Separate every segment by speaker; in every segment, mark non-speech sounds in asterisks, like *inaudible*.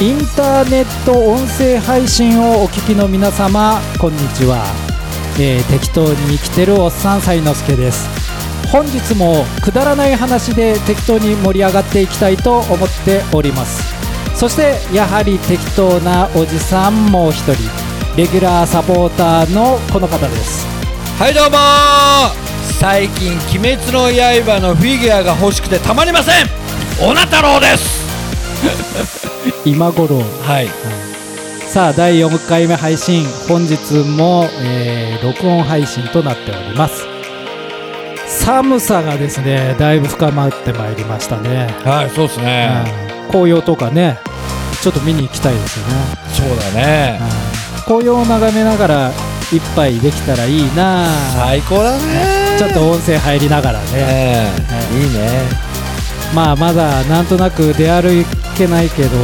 Speaker 1: インターネット音声配信をお聞きの皆様こんにちは、えー適当に生きてるおっさん才之助です本日もくだらない話で適当に盛り上がっていきたいと思っておりますそしてやはり適当なおじさんもう一人レギュラーサポーターのこの方です
Speaker 2: はいどうもー最近「鬼滅の刃」のフィギュアが欲しくてたまりませんオナ太郎です
Speaker 1: 今頃
Speaker 2: はい
Speaker 1: さあ第4回目配信本日も、えー録音配信となっております寒さがですねだいぶ深まってまいりましたね、
Speaker 2: はいそうですね、
Speaker 1: うん紅葉とかねちょっと見に行きたいですよね、
Speaker 2: そうだね
Speaker 1: うん紅葉を眺めながら一杯できたらいいなあ
Speaker 2: 最高だね
Speaker 1: ちょっと音声入りながらね
Speaker 2: ねえいいね
Speaker 1: まあまだなんとなく出歩けないけど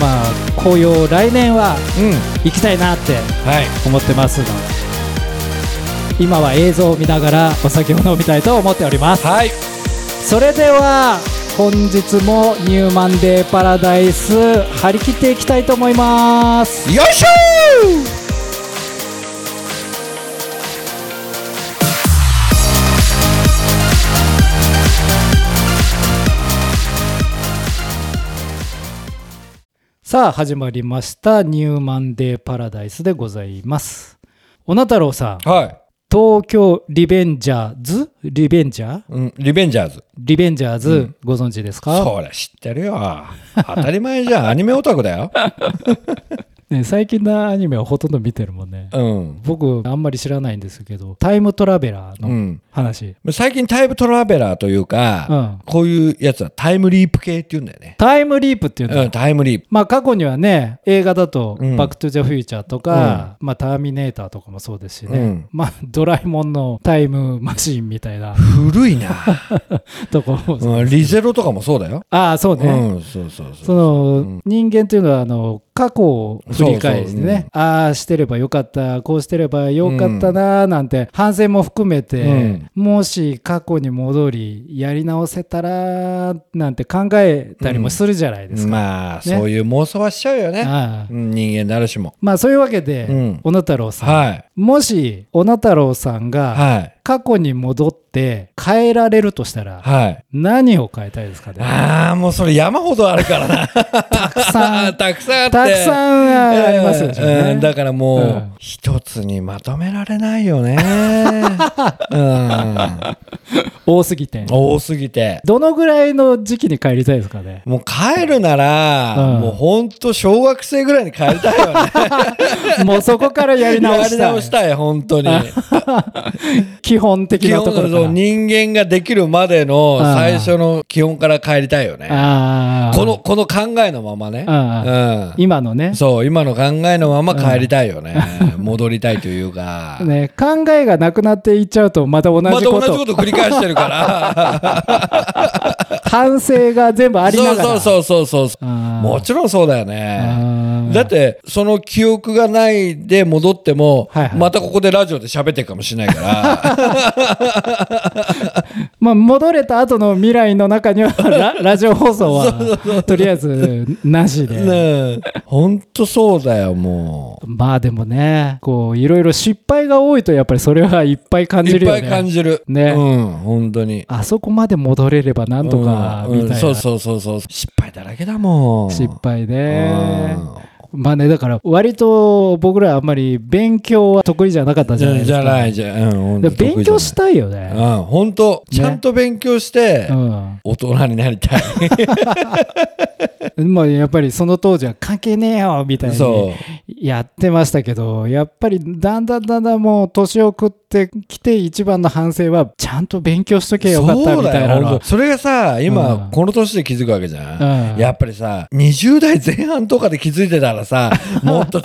Speaker 1: まあ紅葉来年は
Speaker 2: うん
Speaker 1: 行きたいなって
Speaker 2: はい
Speaker 1: 思ってますので今は映像を見ながらお酒を飲みたいと思っております
Speaker 2: はい
Speaker 1: それでは本日もニューマンデーパラダイス張り切っていきたいと思います
Speaker 2: よいしょ
Speaker 1: さあ始まりましたニューマンデーパラダイスでございます小名太郎さん
Speaker 2: ーはい、
Speaker 1: 東京リベンジャーズリベンジャー
Speaker 2: うん、リベンジャーズ
Speaker 1: リベンジャーズ、ご存知ですか、
Speaker 2: そりゃ知ってるよ当たり前じゃん *laughs* アニメオタクだよ
Speaker 1: ね、最近のアニメはほとんど見てるもんね
Speaker 2: うん
Speaker 1: 僕あんまり知らないんですけどタイムトラベラー
Speaker 2: う
Speaker 1: の
Speaker 2: ん
Speaker 1: 話、
Speaker 2: 最近タイムトラベラーというか、
Speaker 1: うん
Speaker 2: こういうやつはタイムリープ系って言うんだよね、
Speaker 1: タイムリープっていうのは、
Speaker 2: うん、タイムリープ
Speaker 1: まあ過去にはね映画だと「
Speaker 2: うん
Speaker 1: バック・トゥ・ザ・フューチャー」とか「まあ、ターミネーター」とかもそうですしね、
Speaker 2: うん
Speaker 1: まあドラえもんのタイムマシンみたいな *laughs*
Speaker 2: 古いな、
Speaker 1: とこも、
Speaker 2: *laughs* うん、リゼロとかもそうだよ、
Speaker 1: ああそうね、
Speaker 2: うんそうそうそう
Speaker 1: その、人間というのはあの過去を振り返してね
Speaker 2: そうそう
Speaker 1: ああしてればよかったこうしてればよかったななんて、反省も含めて、もし過去に戻りやり直せたらなんて考えたりもするじゃないですか。
Speaker 2: まあ、
Speaker 1: ね
Speaker 2: そういう妄想はしちゃうよね
Speaker 1: ああ
Speaker 2: うん人間なるしも
Speaker 1: まあそういうわけで、
Speaker 2: うん
Speaker 1: 小野太郎さん、
Speaker 2: はい
Speaker 1: もし小野太郎さんが
Speaker 2: はい
Speaker 1: 過去に戻って変えられるとしたら
Speaker 2: はい
Speaker 1: 何を変えたいですかね
Speaker 2: ああもうそれ山ほどあるからな
Speaker 1: たくさん
Speaker 2: *laughs* たくさんあって
Speaker 1: たくさんありますよ
Speaker 2: うんうんだ
Speaker 1: ね。
Speaker 2: からもう、
Speaker 1: うん
Speaker 2: 一つにまとめられない
Speaker 1: *laughs*
Speaker 2: よね、うん、
Speaker 1: 多すぎて。
Speaker 2: 多すぎて
Speaker 1: どのぐらいの時期に帰りたいですか
Speaker 2: *laughs*
Speaker 1: ね
Speaker 2: もう帰るなら、
Speaker 1: うん
Speaker 2: もうほんと小学生ぐらいに帰りたいよね
Speaker 1: もうそこからやり直
Speaker 2: や
Speaker 1: し
Speaker 2: り
Speaker 1: たい
Speaker 2: 直したい本当に
Speaker 1: 基本的
Speaker 2: 基
Speaker 1: な
Speaker 2: 本
Speaker 1: ところか
Speaker 2: そう
Speaker 1: ら
Speaker 2: 人間ができるまでの
Speaker 1: ああ
Speaker 2: 最初の基本から帰りたいよね
Speaker 1: あー
Speaker 2: このこの考えのままね、
Speaker 1: あ
Speaker 2: う
Speaker 1: 今のね
Speaker 2: ん、そう今の考えのまま帰りたいよね、戻りたいというか、
Speaker 1: *laughs* ね考えがなくなっていっちゃうとまた同
Speaker 2: また
Speaker 1: じこ
Speaker 2: 同
Speaker 1: と,、
Speaker 2: じこと繰り返してるから
Speaker 1: 反省が全部 *laughs* ありながら
Speaker 2: そうそうそうそうそうもちろんそうだよね
Speaker 1: だ
Speaker 2: だってその記憶がないで戻っても、
Speaker 1: はいはい
Speaker 2: またここでラジオで喋ってるかもしれないから
Speaker 1: *laughs* まあ、戻れた後の未来の中には
Speaker 2: *laughs*
Speaker 1: ララジオ放送はとりあえずなしで、
Speaker 2: ねえほんとそうだよも
Speaker 1: まあでもねこういろいろ失敗が多いとやっぱりそれはいっぱい感
Speaker 2: う
Speaker 1: じ
Speaker 2: い
Speaker 1: る
Speaker 2: っ
Speaker 1: よ
Speaker 2: ぱ
Speaker 1: ね
Speaker 2: い感じる
Speaker 1: ね
Speaker 2: うん本当に
Speaker 1: あそこまで戻れればなんとか
Speaker 2: うん
Speaker 1: みたいな、
Speaker 2: うんそうそうそうそう失敗だらけだもん
Speaker 1: 失敗
Speaker 2: う
Speaker 1: で
Speaker 2: ん
Speaker 1: まあねだから割と僕らあんまり勉強は得意じゃなかったじゃないです
Speaker 2: じ
Speaker 1: か
Speaker 2: ゃないじゃうんほん
Speaker 1: で
Speaker 2: と
Speaker 1: 勉強したいよね
Speaker 2: 得意じゃないうん本当ちゃんと勉強して
Speaker 1: うん
Speaker 2: 大人になりたい
Speaker 1: まあやっぱりその当時は関係ねえよみたいに
Speaker 2: そ
Speaker 1: やってましたけどやっぱりだんだんだんだんもう年を食ってきて一番の反省はちゃんと勉強しと
Speaker 2: う
Speaker 1: けよかった
Speaker 2: そう
Speaker 1: みた
Speaker 2: だ
Speaker 1: い
Speaker 2: よ
Speaker 1: なの
Speaker 2: ほんとそれがさ
Speaker 1: うん
Speaker 2: 今この年で気づくわけじゃん
Speaker 1: うん
Speaker 2: やっぱりさ20代前半とかで気づいてた
Speaker 1: *laughs*
Speaker 2: らさもっと違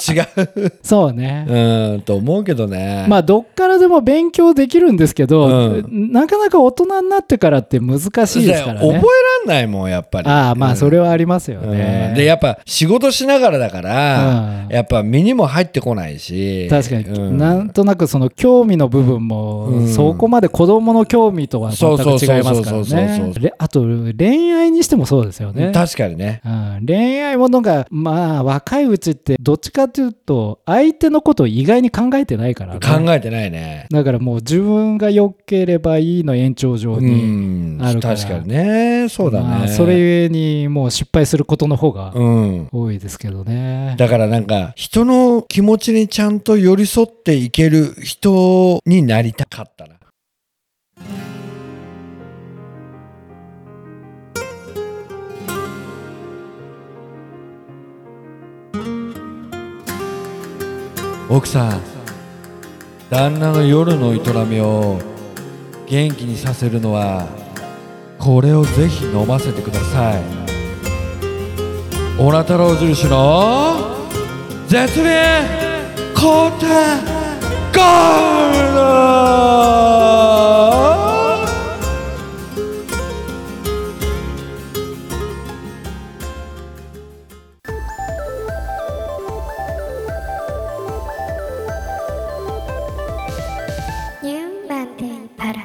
Speaker 2: う
Speaker 1: そうね、
Speaker 2: うんと思うけどね
Speaker 1: まあどっからでも勉強できるんですけど、
Speaker 2: う
Speaker 1: なかなか大人になってからって難しいですからね
Speaker 2: 覚えらんんないもんやっぱり
Speaker 1: ああま
Speaker 2: う
Speaker 1: あ
Speaker 2: ん
Speaker 1: それはありますよ
Speaker 2: う
Speaker 1: ね
Speaker 2: ん、でやっぱ仕事しながらだから、
Speaker 1: うん
Speaker 2: やっぱ身にも入ってこないし
Speaker 1: 確かに、
Speaker 2: うん
Speaker 1: なんとなくその興味の部分も、
Speaker 2: うん
Speaker 1: そこまで子供の興味とは全く違いますか
Speaker 2: そうそうそうそう
Speaker 1: ら
Speaker 2: そう
Speaker 1: ねれあと恋愛にしてもそうですよね、
Speaker 2: 確かにね
Speaker 1: うん、恋愛ものがまあ若いうちってどっちかというと相手のことを意外に考えてないから、ね、
Speaker 2: 考えてないね
Speaker 1: だからもう自分が良ければいいの延長上
Speaker 2: う
Speaker 1: に、
Speaker 2: ん
Speaker 1: ある
Speaker 2: 確
Speaker 1: から
Speaker 2: かにねそうだね、
Speaker 1: まあそれゆえにもう失敗することの方が
Speaker 2: うん
Speaker 1: 多いですけどね、
Speaker 2: だからなんか人の気持ちにちゃんと寄り添っていける人になりたかったな奥さん旦那の夜の営みを元気にさせるのはこれをぜひ飲ませてくださいオナ太郎印の絶命コータゴールド
Speaker 3: ニューマンデイパラダイ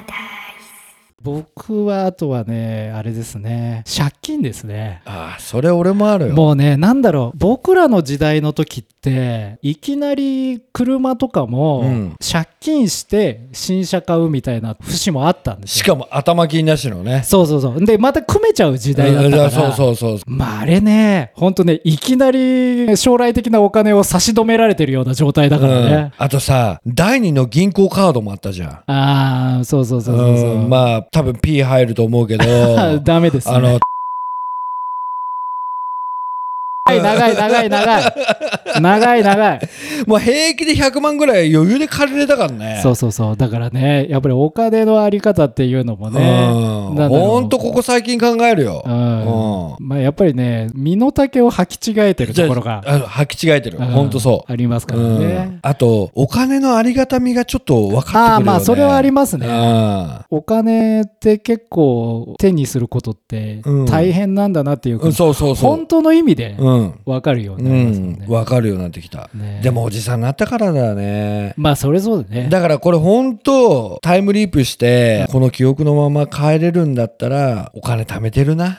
Speaker 1: 僕はあとはねあれですね借金ですね
Speaker 2: ああそれ俺もあるよ
Speaker 1: もうね、なんだろう、僕らの時代の時って、いきなり車とか
Speaker 2: う
Speaker 1: も
Speaker 2: ん、
Speaker 1: 借金して新車買うみたいな節もあったんです
Speaker 2: し
Speaker 1: よ。
Speaker 2: かも頭金なしのね
Speaker 1: そうそうそう。で、また組めちゃう時代だった
Speaker 2: う
Speaker 1: か
Speaker 2: んそう
Speaker 1: ら。
Speaker 2: そうそうそ
Speaker 1: まああれね、ほんとね、いきなり将来的なお金を差し止められてるような状態だ
Speaker 2: う、う
Speaker 1: から
Speaker 2: ん
Speaker 1: ね、。
Speaker 2: あとさ第二の銀行カードもあったじゃん
Speaker 1: ああ、そうそうそうそうそうう。
Speaker 2: んまあ多分 P 入ると思
Speaker 1: *laughs*
Speaker 2: うけど
Speaker 1: ダメですね。
Speaker 2: あの
Speaker 1: 長い長い長い長い。長い長い。
Speaker 2: *laughs* もう平気で100万ぐらい余裕で借りれたからね
Speaker 1: そうそうそう。だからね、やっぱりお金のあり方っていうのもね、
Speaker 2: うん
Speaker 1: なんだろう
Speaker 2: ほんとここ最近考えるよ、
Speaker 1: うん
Speaker 2: うん
Speaker 1: まあやっぱりね身の丈を履き違えてるところが
Speaker 2: じゃああの履き違えてる、
Speaker 1: うん
Speaker 2: ほんとそ
Speaker 1: あります
Speaker 2: う、
Speaker 1: から
Speaker 2: うん
Speaker 1: ね、
Speaker 2: あとお金のありがたみがちょっと分かってくるよ、ね、
Speaker 1: ああまあそれはありますね、
Speaker 2: ね
Speaker 1: お金って結構手にすることって
Speaker 2: うん
Speaker 1: 大変なんだなっていうか、
Speaker 2: うん、そうそうそう
Speaker 1: 本当の意味で
Speaker 2: うん、
Speaker 1: 分かるように
Speaker 2: う
Speaker 1: なりますよ
Speaker 2: ん
Speaker 1: ね、、
Speaker 2: 分かるようになってきた、
Speaker 1: ね
Speaker 2: でもおじさんになったからだよね
Speaker 1: まあそれそうだね
Speaker 2: だからこれ本当タイムリープしてこの記憶のまま帰れるんだったらお金貯めてるな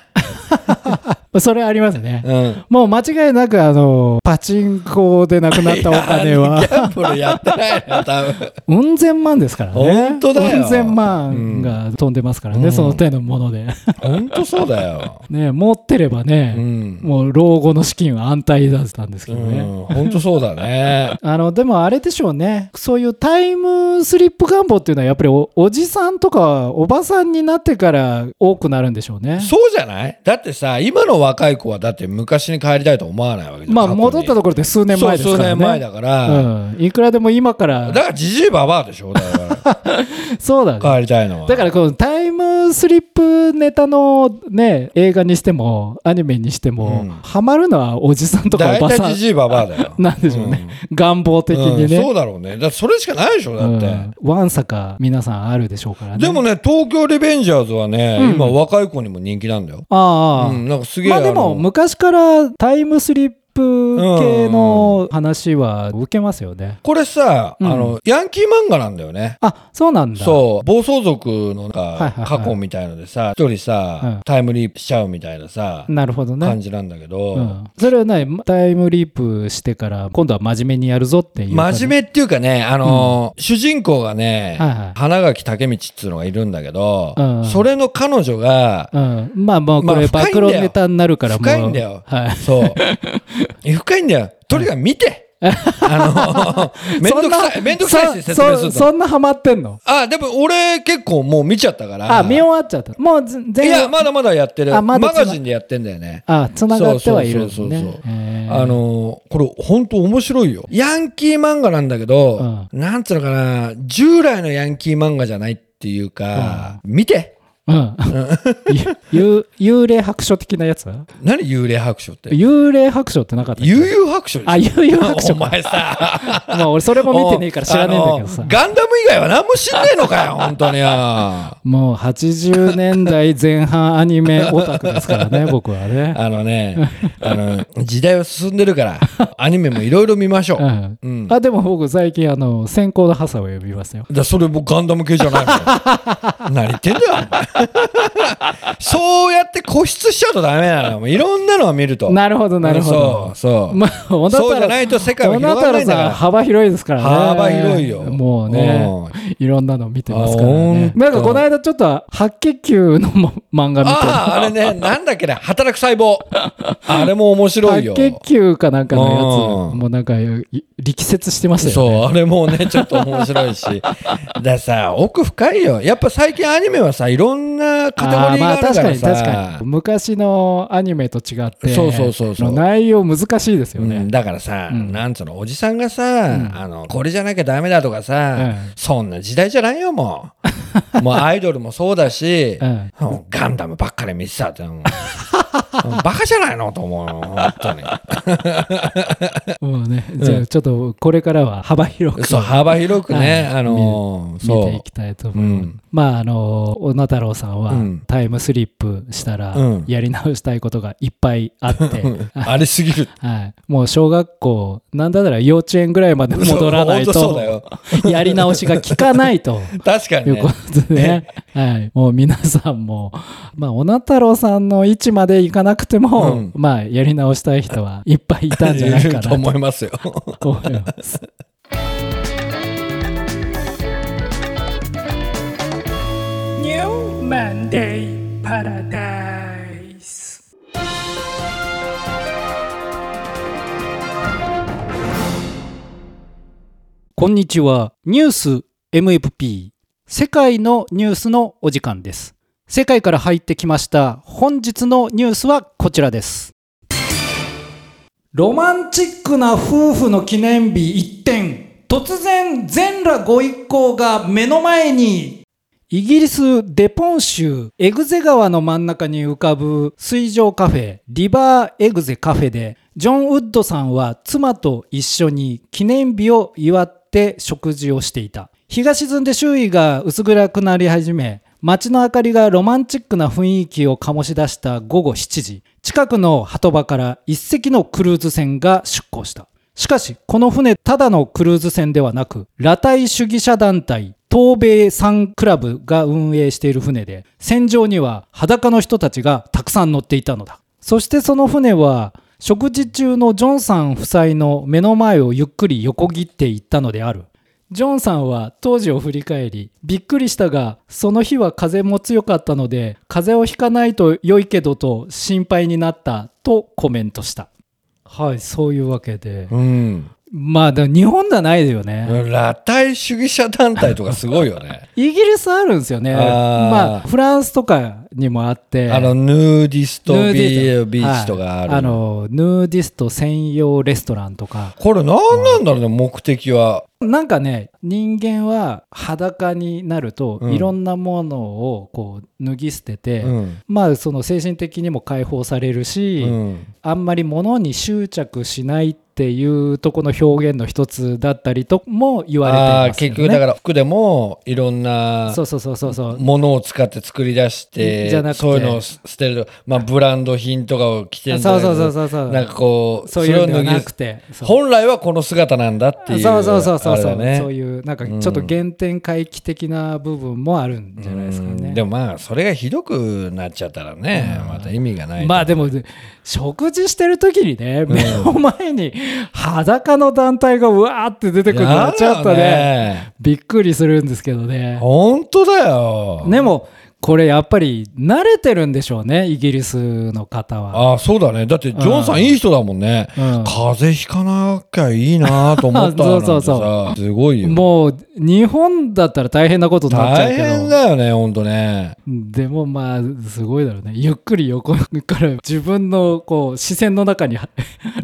Speaker 1: それありますね、
Speaker 2: うん
Speaker 1: もう間違いなくあのパチンコでなくなったお金
Speaker 2: ギ *laughs*
Speaker 1: は
Speaker 2: ャンブルやってないな多分
Speaker 1: うん千万ですからね
Speaker 2: 本当だよ
Speaker 1: うん千万が飛んでますからね、
Speaker 2: うん
Speaker 1: その手のもので
Speaker 2: 本当そうだよ
Speaker 1: ね持ってれば *laughs* ね、
Speaker 2: うん
Speaker 1: もう老後の資金は安泰だったんですけどね。
Speaker 2: うん、本当そうだね
Speaker 1: あのでもあれでしょうねそういうタイムスリップ願望っていうのはやっぱりおおじさんとかおばさんになってから多くなるんでしょうね
Speaker 2: そうじゃないだってさ今の若い子はだって昔に帰りたいと思わないわけじゃん
Speaker 1: まあ戻ったところで数年前ですからね
Speaker 2: そう数年前だから、
Speaker 1: うん、いくらでも今から
Speaker 2: だからじじいばばあでしょだか
Speaker 1: そうだね
Speaker 2: ら帰りたいの
Speaker 1: *laughs*
Speaker 2: は
Speaker 1: だからこのタイムスリップネタのね映画にしてもアニメにしても、
Speaker 2: うん
Speaker 1: ハマるのはおじさんとかお
Speaker 2: 大
Speaker 1: ばさ
Speaker 2: 体
Speaker 1: ん
Speaker 2: じじいばばあだよ
Speaker 1: なんでしょうね、願望的にね、
Speaker 2: うんそうだろうねだからそれしかないでしょだって、
Speaker 1: うんわんさか皆さんあるでしょうからね
Speaker 2: でもね東京リベンジャーズはね、
Speaker 1: うん
Speaker 2: 今若い子にも人気なんだよ、
Speaker 1: ああ、
Speaker 2: うん、なんかすげえ
Speaker 1: まあで
Speaker 2: の
Speaker 1: も昔からタイムスリップ系の話は受けますよね。
Speaker 2: これさ、
Speaker 1: うん
Speaker 2: あのヤンキー漫画なんだよね
Speaker 1: あそうなんだ。
Speaker 2: そう暴走族
Speaker 1: いは
Speaker 2: のなん
Speaker 1: い
Speaker 2: か
Speaker 1: はい
Speaker 2: 過去みたいのでさ一人さ、
Speaker 1: うん
Speaker 2: タイムリープしちゃうみたいなさ、
Speaker 1: なるほど
Speaker 2: 感
Speaker 1: ね。
Speaker 2: じなんだけど、
Speaker 1: うん、それはねタイムリープしてから今度は真面目にやるぞっていう感じ。
Speaker 2: 真面目っていうかね、あのー主人公がね、
Speaker 1: はいはい
Speaker 2: 花垣武道っつうのがいるんだけど、
Speaker 1: うん
Speaker 2: それの彼女が、
Speaker 1: うん、まあもうこれ
Speaker 2: まあ
Speaker 1: 暴
Speaker 2: 深いんだよ
Speaker 1: 露ネタになるからもう
Speaker 2: 深いんだよ
Speaker 1: はい、
Speaker 2: そう。え深いんだよ。とにかく見て。あ
Speaker 1: *laughs*
Speaker 2: の、めんどくさい。めんどくさい
Speaker 1: そ
Speaker 2: し説明す
Speaker 1: そ
Speaker 2: ると。
Speaker 1: そんなハマってんの
Speaker 2: あ、でも俺結構もう見ちゃったから。
Speaker 1: あ見終わっちゃった。もう全
Speaker 2: い
Speaker 1: 然
Speaker 2: や、まだまだやってる。
Speaker 1: あ
Speaker 2: マ
Speaker 1: まだつな
Speaker 2: ガジンでやってんだよね。
Speaker 1: あつながってはいるんです
Speaker 2: そうそうそうそう
Speaker 1: ね。へー
Speaker 2: あのーこれ本当面白いよ。ヤンキー漫画なんだけど、なんつうのかな、従来のヤンキー漫画じゃないっていうか、見て。
Speaker 1: うん。 *laughs* ゆ幽霊白書的なやつ
Speaker 2: 何幽霊白書って
Speaker 1: 幽霊白書ってなかったっけ
Speaker 2: 悠々白書でしょ
Speaker 1: あ、幽霊白書
Speaker 2: お
Speaker 1: か。
Speaker 2: 前さ
Speaker 1: まあ俺それ *laughs* も見てねえから知らねえんだけど
Speaker 2: あ
Speaker 1: さ
Speaker 2: の。ガンダム以外は何も知んねえの
Speaker 1: *laughs*
Speaker 2: かよ、本当によ。あ
Speaker 1: もう80年代前半アニメオタクですから
Speaker 2: *laughs*
Speaker 1: ね、僕はね。
Speaker 2: のね、あの、時代は進んでるから、アニメもいろいろ見ましょ
Speaker 1: う
Speaker 2: う。
Speaker 1: ん。
Speaker 2: うん。だか
Speaker 1: あ、でも僕最近あの、先行のハサを呼びますよ。
Speaker 2: らそれもガンダム系じゃないのよ
Speaker 1: *laughs*
Speaker 2: 何言ってんだよ、お前そうやって固執しちゃうとダメなの。もういろんなのを見ると。
Speaker 1: なるほど、なるほど。
Speaker 2: そう、そう。
Speaker 1: まあ、小田太郎
Speaker 2: そうじゃないと世界は広がらないんだ
Speaker 1: 小田太郎さん
Speaker 2: か
Speaker 1: 幅広いですから
Speaker 2: ら。
Speaker 1: ね。
Speaker 2: 幅広いよ。
Speaker 1: もうね、いろんなの見てますから
Speaker 2: あほん
Speaker 1: ね。
Speaker 2: と
Speaker 1: なんかこの間ちょっと白血球のも漫画見て
Speaker 2: ああ、あれね、なんだっけね、働く細胞。あれも面白いよ。
Speaker 1: 白血球かなんかのや
Speaker 2: う
Speaker 1: つ
Speaker 2: ん
Speaker 1: もうなんかい力説してましたよね。
Speaker 2: そう、あれもね、ちょっと面白いし。だからさ、奥深いよ。やっぱ最近アニメはさ、いろんなカテゴリーがあ
Speaker 1: あーまあ
Speaker 2: るか
Speaker 1: 確からに
Speaker 2: さ。
Speaker 1: 確かに昔のアニメと違って
Speaker 2: そうそうそうそう
Speaker 1: 内容難しいですよ
Speaker 2: う
Speaker 1: ね
Speaker 2: ん、。だからさ、
Speaker 1: うん
Speaker 2: なんつうの、おじさんがさ、
Speaker 1: ん
Speaker 2: あの、これじゃなきゃダメだとかさ、
Speaker 1: うん
Speaker 2: そんな時代じゃないよ、もう。
Speaker 1: *laughs*
Speaker 2: もうアイドルもそうだし、
Speaker 1: うん
Speaker 2: うんガンダムばっかり見てたって、うんバカじゃないのと思うよ、本当に。
Speaker 1: もうねじゃあちょっとこれからは幅広く
Speaker 2: そう、幅広くね、
Speaker 1: はい
Speaker 2: あのー
Speaker 1: 見
Speaker 2: そ
Speaker 1: て
Speaker 2: う
Speaker 1: い。きたいと思
Speaker 2: う
Speaker 1: います。
Speaker 2: ん。
Speaker 1: まああの小野太郎さんは
Speaker 2: うん
Speaker 1: タイムスリップしたら
Speaker 2: うん
Speaker 1: やり直したいことがいっぱいあって、
Speaker 2: *laughs* あれすぎる。
Speaker 1: はい、もう小学校なんだったら幼稚園ぐらいまで戻らない
Speaker 2: そう本当そうだ
Speaker 1: と
Speaker 2: よ。
Speaker 1: やり直しが効かないと。
Speaker 2: 確かに
Speaker 1: いう
Speaker 2: ね
Speaker 1: こ。とで
Speaker 2: *laughs*
Speaker 1: ね、はい、もう皆さんも、まあ、小名太郎さんの位置までいかなくても、
Speaker 2: うん
Speaker 1: まあ、やり直したい人はいっぱいいたんじゃないかな
Speaker 2: ると思いますよ。
Speaker 1: と思います。
Speaker 4: New Monday Paradise.
Speaker 1: こんにちは。ニュース MFP。世界のニュースのお時間です。世界から入ってきました。本日のニュースはこちらです。ロマンチックな夫婦の記念日一点。突然、全裸ご一行が目の前に。イギリスデポン州エグゼ川の真ん中に浮かぶ水上カフェリバーエグゼカフェでジョン・ウッドさんは妻と一緒に記念日を祝って食事をしていた日が沈んで周囲が薄暗くなり始め街の明かりがロマンチックな雰囲気を醸し出した午後7時近くの波止場から一隻のクルーズ船が出港したしかし、この船、ただのクルーズ船ではなく、裸体主義者団体、東米産クラブが運営している船で、船上には裸の人たちがたくさん乗っていたのだ。そしてその船は、食事中のジョンさん夫妻の目の前をゆっくり横切っていったのである。ジョンさんは当時を振り返り、びっくりしたが、その日は風も強かったので、風邪をひかないと良いけどと心配になったとコメントした。はい、そういうわけで。
Speaker 2: うん。
Speaker 1: まあ、でも日本ではないよね。
Speaker 2: 裸体主義者団体とかすごいよね。
Speaker 1: イギリスあるんですよね。
Speaker 2: あー
Speaker 1: まあ、フランスとかにもあって。
Speaker 2: あの、ヌーディスト
Speaker 1: ヌーデ
Speaker 2: ビ
Speaker 1: ィス
Speaker 2: ー
Speaker 1: ト
Speaker 2: ビーチとかある。
Speaker 1: はいあの、ヌーディスト専用レストランとか。
Speaker 2: これ何なんだろうね、目的は。
Speaker 1: なんかね、人間は裸になると、
Speaker 2: うん
Speaker 1: いろんなものをこう脱ぎ捨てて、
Speaker 2: うん。
Speaker 1: まあ、その精神的にも解放される
Speaker 2: う
Speaker 1: し、
Speaker 2: ん。
Speaker 1: あんまり物に執着しないっていうとこの表現の一つだったりとも言われてい
Speaker 2: ああ
Speaker 1: ま
Speaker 2: ー、
Speaker 1: すよね。
Speaker 2: 結局だから服でもいろんな
Speaker 1: そうそうそうそうそう。
Speaker 2: ものを使って作り出して、
Speaker 1: じゃなくて
Speaker 2: そういうのを捨てる。まあ、ブランド品とかを着てるんだ
Speaker 1: そう
Speaker 2: けど
Speaker 1: そうそうそうそう。
Speaker 2: なんかこう、
Speaker 1: そういうのでは
Speaker 2: それを脱ぎ
Speaker 1: な
Speaker 2: 捨
Speaker 1: く
Speaker 2: て
Speaker 1: て。そう
Speaker 2: 本来はこの姿なんだっていう。
Speaker 1: そうそうそうそう
Speaker 2: あれ
Speaker 1: そ
Speaker 2: だ
Speaker 1: う、
Speaker 2: ね
Speaker 1: そういうなんかちょっと原点回帰的な部分もあるんじゃないですかね。
Speaker 2: うんでもまあそれがひどくなっちゃったらね、また意味がない
Speaker 1: まあでも食事してる時にね、目の前に裸の団体がうわーって出てくるのはちょっとね
Speaker 2: やだよね
Speaker 1: びっくりするんですけどね。
Speaker 2: 本当だよ、
Speaker 1: でもこれやっぱり慣れてるんでしょうねイギリスの方は。
Speaker 2: ああそうだねだってジョンさ
Speaker 1: うんん
Speaker 2: いい人だもんね、
Speaker 1: うん
Speaker 2: 風邪ひかなきゃいいなと思ったらなん
Speaker 1: *laughs*
Speaker 2: て
Speaker 1: そ
Speaker 2: さ
Speaker 1: うそう
Speaker 2: すごいよ
Speaker 1: もう日本だったら大変なことになっちゃう
Speaker 2: 大
Speaker 1: けど。
Speaker 2: 変だよね本当ね
Speaker 1: でもまあすごいだろうねゆっくり横から自分のこう視線の中に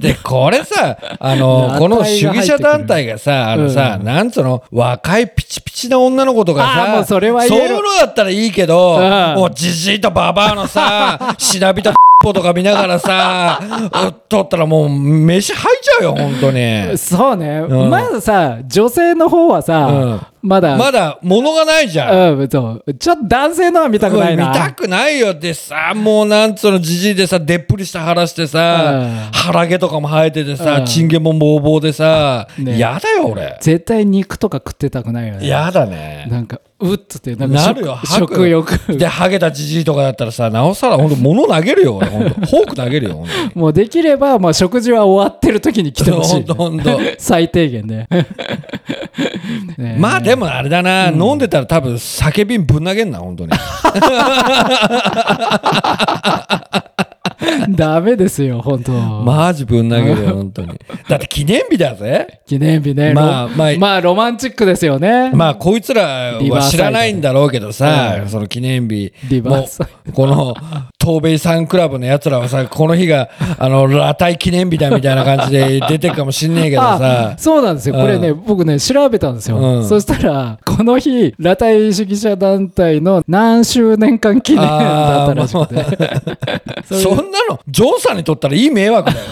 Speaker 2: でこれ
Speaker 1: *laughs*
Speaker 2: さあのこの主義者団体がさあのさ、
Speaker 1: う
Speaker 2: なんつうの若いピチピチな女の子とか
Speaker 1: ああも
Speaker 2: さ
Speaker 1: うそれは言える
Speaker 2: そういうのだったらいいけどど、
Speaker 1: うん
Speaker 2: おじじいとババア
Speaker 1: *laughs*
Speaker 2: のさしなびたポとか見ながらさお撮ったらもう飯入っちゃうよ本当に
Speaker 1: そうね、
Speaker 2: うん
Speaker 1: まずさ女性の方はさ、まだ
Speaker 2: まだ物がないじゃん、
Speaker 1: うん、そうちょっと男性のは見たくないな
Speaker 2: 見たくないよってさもうなんつうのじじいでさでっぷりした腹してさ
Speaker 1: うん
Speaker 2: 腹毛とかも生えてて
Speaker 1: う
Speaker 2: さ
Speaker 1: ん
Speaker 2: チンゲもぼうぼうでさ
Speaker 1: ね
Speaker 2: やだよ俺
Speaker 1: 絶対肉とか食ってたくないよね
Speaker 2: やだね
Speaker 1: なんかうっつってなんか
Speaker 2: なるよ
Speaker 1: 食
Speaker 2: 吐く
Speaker 1: 食欲
Speaker 2: でハゲたじじいとかだったらさなおさら本当物投げるよ俺本当フォーク投げる
Speaker 1: *laughs*
Speaker 2: よ本当に
Speaker 1: もうできれば、まあ、食事は終わってる時に来てほしい、
Speaker 2: ほんとほ
Speaker 1: *laughs*
Speaker 2: んと
Speaker 1: 最低
Speaker 2: *laughs*
Speaker 1: 限ねね
Speaker 2: まあでもあれだな、飲んでたら多分酒瓶ぶん投げんな本当に
Speaker 1: ダメですよ本当、
Speaker 2: マジぶん投げるよ本当にだって記念日だぜ
Speaker 1: 記念日ね
Speaker 2: まあ
Speaker 1: ロ
Speaker 2: まあ
Speaker 1: まあロマンチックですよね、
Speaker 2: *laughs* まあこいつらは知らないんだろうけどさ、その記念日
Speaker 1: リバーサイ
Speaker 2: もうこの東米サンクラブのやつらはさこの日があの裸体記念日だみたいな感じで出てくかもしんねえけどさ
Speaker 1: *laughs* あそうなんですよ、
Speaker 2: うん
Speaker 1: これね僕ね調べたんですよ、
Speaker 2: うん
Speaker 1: そしたらこの日裸体主義者団体の何周年間記念だったらしくて、
Speaker 2: そんなのジョンさんにとったらいい迷
Speaker 1: *laughs*
Speaker 2: 惑だよね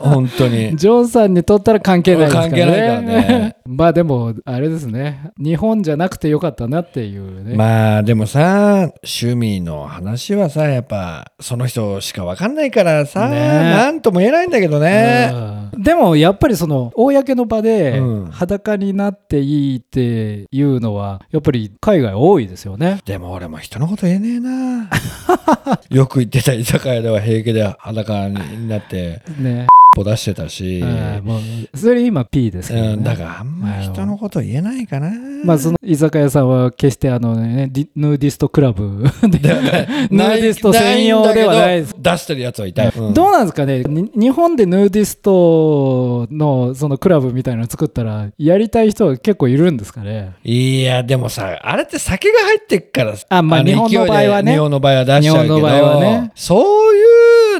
Speaker 2: 本当に
Speaker 1: ジョンさんにとったら関係ないですからね
Speaker 2: 関係ないからね
Speaker 1: *laughs* まあでもあれですね日本じゃなくてよかったなっていうね、
Speaker 2: まあでもさ趣味の話はさやっぱその人しか分かんないからさ、
Speaker 1: ね
Speaker 2: なんとも言えないんだけどね、
Speaker 1: うんでもやっぱりその公の場で
Speaker 2: うん
Speaker 1: 裸になっていいっていうのはやっぱり海外多いですよね。
Speaker 2: でも俺も人のこと言えねえな *laughs* よく行ってた居酒屋では平気で裸になって
Speaker 1: ね、
Speaker 2: ぽ出してたし、
Speaker 1: うんもうそれ今 P ですけど、ね
Speaker 2: うん、だからあんま人のこと言えないかな、
Speaker 1: まあその居酒屋さんは決してあのねディヌーディストクラブで
Speaker 2: *laughs*
Speaker 1: ヌーディスト専用ではないです
Speaker 2: んだけど出してるやつはいたよ、うん
Speaker 1: どうなんですかねに日本でヌーディストのそのクラブみたいなの作ったらやりたい人は結構いるんですかね
Speaker 2: いやでもさあれって酒が入ってっからさ
Speaker 1: あまあ
Speaker 2: の
Speaker 1: 日本の
Speaker 2: 勢いで
Speaker 1: 場合はね
Speaker 2: 日本の場合は出しちゃうけど
Speaker 1: 日本の場合はね
Speaker 2: そうい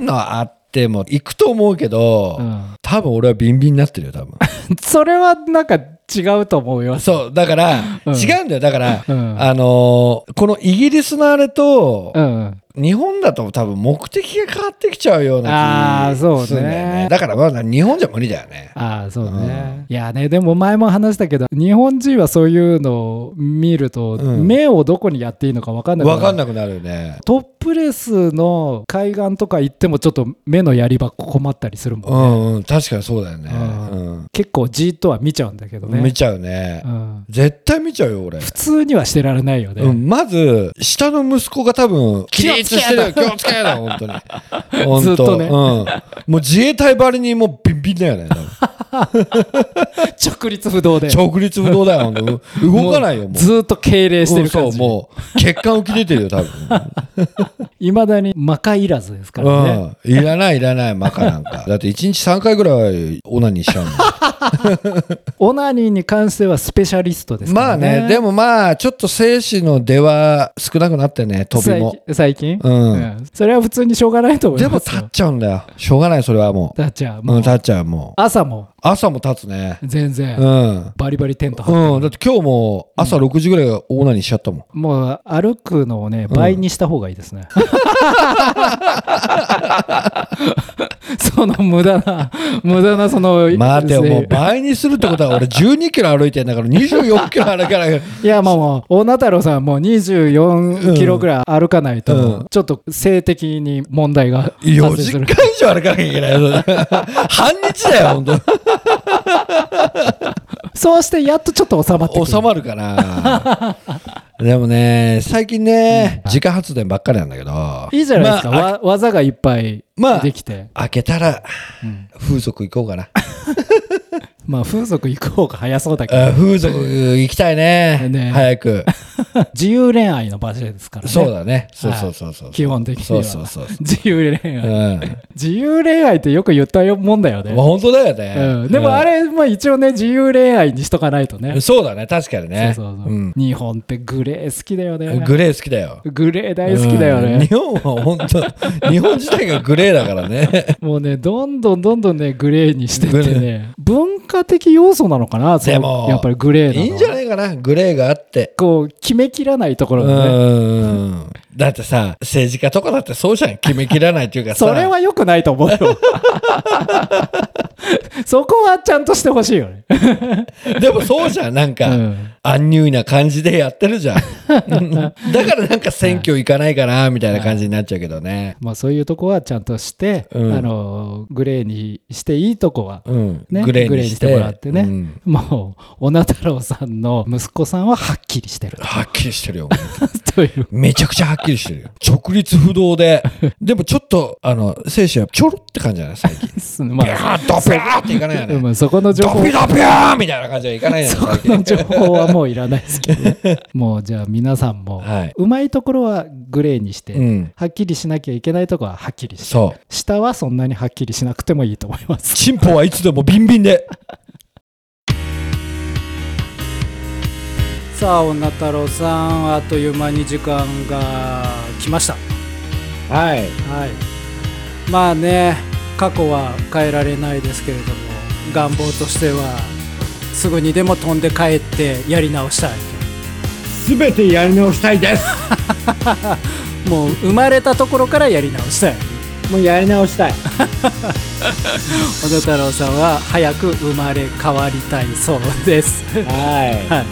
Speaker 2: うのあっても行くと思うけど、
Speaker 1: うん *laughs*
Speaker 2: 多分俺はビンビンになってるよ多分
Speaker 1: それはなんか違うと思います。
Speaker 2: そう、だから、
Speaker 1: うん
Speaker 2: 違うんだよ。だから、
Speaker 1: うん
Speaker 2: *laughs* あのーこのイギリスのあれと、
Speaker 1: うん、
Speaker 2: 日本だと多分目的が変わってきちゃうような
Speaker 1: あー
Speaker 2: 気
Speaker 1: そうね
Speaker 2: するんだよね。だからまだ日本じゃ無理だよね。
Speaker 1: ああそうね、いやねでも前も話したけど日本人はそういうのを見ると、
Speaker 2: うん
Speaker 1: 目をどこにやっていいのか分かんなく
Speaker 2: わかん
Speaker 1: ない
Speaker 2: なくなるよね。
Speaker 1: トップレスの海岸とか行ってもちょっと目のやり場困ったりするもん、
Speaker 2: うん、うん、確かにそうだよね。
Speaker 1: うん結構じっとは見ちゃうんだけど
Speaker 2: うん。
Speaker 1: ね
Speaker 2: 見ちゃうね
Speaker 1: う。ん、
Speaker 2: 絶対見ちゃうよ、俺。
Speaker 1: 普通にはしてられないよね、
Speaker 2: うん、まず、下の息子が多分、起立してるよ、気をつけろ、本当に。本
Speaker 1: *laughs*
Speaker 2: 当
Speaker 1: ずっとね
Speaker 2: うん。もう自衛隊ばりにもうビンビンだ
Speaker 1: *laughs*
Speaker 2: よね、多分。
Speaker 1: 直立不動で
Speaker 2: 直立不動だよ、ほんと動かないよ、もう。
Speaker 1: ずーっと敬礼してる
Speaker 2: う
Speaker 1: 感
Speaker 2: んそう
Speaker 1: じ
Speaker 2: もう血管浮き出てるよ多分、
Speaker 1: *laughs* いまだに魔界いらずですからね、
Speaker 2: うん、いらないいらないマカな
Speaker 1: *laughs*
Speaker 2: んかだって1日3回ぐらいオナニーしちゃうもん
Speaker 1: オナニーに関してはスペシャリス *laughs* トですか
Speaker 2: ま
Speaker 1: ら
Speaker 2: あ
Speaker 1: ね
Speaker 2: ねでもまあちょっと精子の出は少なくなってね飛びも
Speaker 1: 最近最近
Speaker 2: うん
Speaker 1: うんそれは普通にしょうがないと思い
Speaker 2: でも
Speaker 1: ます
Speaker 2: 立
Speaker 1: よ
Speaker 2: っちゃうんだよしょうがないそれはもう
Speaker 1: 立っちゃう
Speaker 2: う
Speaker 1: も
Speaker 2: ん、
Speaker 1: う
Speaker 2: 立っちゃうもう
Speaker 1: 朝も
Speaker 2: 朝も立つね
Speaker 1: 全然、
Speaker 2: うん
Speaker 1: バリバリテント張って
Speaker 2: うん、だって今日も朝6時ぐらいオナニーしちゃったもん。
Speaker 1: もう歩くのをね倍にした方がいいですね、 *laughs* その無駄な無駄なその
Speaker 2: 待てよ、
Speaker 1: せ
Speaker 2: もう倍にするってことは俺12キロ歩いてんだから24キロ歩かない。
Speaker 1: いやまあもう大名太郎さんはもう24キロぐらい歩かないと、
Speaker 2: うん
Speaker 1: ちょっと性的に問題が発
Speaker 2: 4
Speaker 1: 生
Speaker 2: 時
Speaker 1: す
Speaker 2: 間
Speaker 1: る
Speaker 2: 以上歩かなきゃ
Speaker 1: *laughs*
Speaker 2: いけないよ。半日だよ、本当
Speaker 1: そうしてやっとちょっと収まってくる
Speaker 2: 収まるかな
Speaker 1: *laughs*
Speaker 2: でもね最近ね、自家発電ばっかりなんだけど
Speaker 1: いいじゃないですか、
Speaker 2: まあ
Speaker 1: わ技がいっぱい
Speaker 2: まあ
Speaker 1: できて、
Speaker 2: 開けたら風俗行こうかな、
Speaker 1: まあ、風俗行く方が早そうだけ
Speaker 2: あ
Speaker 1: ど
Speaker 2: 風俗行きたいね
Speaker 1: ね
Speaker 2: 早く
Speaker 1: 自由恋愛の場所ですからね
Speaker 2: そうだねそうそうそうそう、
Speaker 1: 基本的に
Speaker 2: そう
Speaker 1: は
Speaker 2: そうそうそう
Speaker 1: 自由恋
Speaker 2: う
Speaker 1: 愛、
Speaker 2: ん、
Speaker 1: 自由恋愛ってよく言ったもんだよね、
Speaker 2: まあ本当だよね、
Speaker 1: うん、でもあれ、まあ、一応ね自由恋愛にしとかないと
Speaker 2: う
Speaker 1: ね
Speaker 2: んそうだね確かにね
Speaker 1: そうそうそう
Speaker 2: うん
Speaker 1: 日本ってグレー好きだよね
Speaker 2: グレー好きだよ
Speaker 1: グレー大好きだよ
Speaker 2: うん
Speaker 1: ね
Speaker 2: 日、本は本当日本自体がグレーだからね
Speaker 1: もうねどんどんどんどんねグレーにしてっ
Speaker 2: グレ
Speaker 1: てね文化的要素なのかなその
Speaker 2: でも
Speaker 1: やっぱりグレーなの
Speaker 2: いいんじゃないかなグレーがあって
Speaker 1: こう決めめきらないところ
Speaker 2: う
Speaker 1: がね
Speaker 2: ん。だってさ、政治家とかだってそうじゃん。決めきらないというかさ。
Speaker 1: *laughs* それは良くないと
Speaker 2: *laughs*
Speaker 1: 思うよそこはちゃんとしてほしいよね、
Speaker 2: でもそうじゃん。なんか、
Speaker 1: うん
Speaker 2: 安入な感じでやってるじゃん。だからなんか選挙行かないかな、みたいな感じになっちゃうけどね。
Speaker 1: まあ、そういうとこはちゃんとして、
Speaker 2: うん
Speaker 1: あのグレーにしていいとこは、
Speaker 2: うん。
Speaker 1: ね
Speaker 2: グレーにして
Speaker 1: グレーにしてもらってね
Speaker 2: うん
Speaker 1: もう小名太郎さんの息子さんははっきりして
Speaker 2: *laughs*
Speaker 1: る
Speaker 2: はっきりしてるよ。
Speaker 1: という
Speaker 2: めちゃくちゃはっきりしてるよ。直立不動で。でもちょっと、あの、精神はちょろって感じじゃない最
Speaker 1: *laughs*
Speaker 2: 近。
Speaker 1: ですね、ま
Speaker 2: ビャードビャーっていかないよ
Speaker 1: あ、ま
Speaker 2: ね。
Speaker 1: あそこの情
Speaker 2: ド
Speaker 1: 報
Speaker 2: ビドビャーみたいな感じはいかないよね。
Speaker 1: そこ
Speaker 2: 最近
Speaker 1: の情報はもういらないですけど
Speaker 2: *laughs*
Speaker 1: ねもうじゃあ皆さんも、
Speaker 2: はいう
Speaker 1: まいところはグレーにして、
Speaker 2: うん。
Speaker 1: はっきりしなきゃいけないとこははっきりして
Speaker 2: そう。
Speaker 1: 下はそんなにはっきりしなくてもいいと思います
Speaker 2: チンポはいつでもビンビンで。
Speaker 1: さあ女太郎さんあっという間に時間が来ました
Speaker 2: はい。
Speaker 1: はいまあね過去は変えられないですけれども願望としてはすぐにでも飛んで帰ってやり直したい
Speaker 2: すべてやり直したいです。
Speaker 1: *laughs* もう生まれたところからやり直したい
Speaker 2: もうやり直したい。
Speaker 1: 小野太郎さんは早く生まれ変わりたいそうです
Speaker 2: は
Speaker 1: *laughs* はい、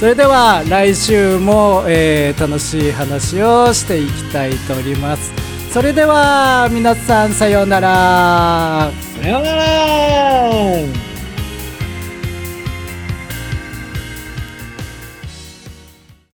Speaker 1: それでは来週も、えー楽しい話をしていきたいと思いますそれでは皆さんさようなら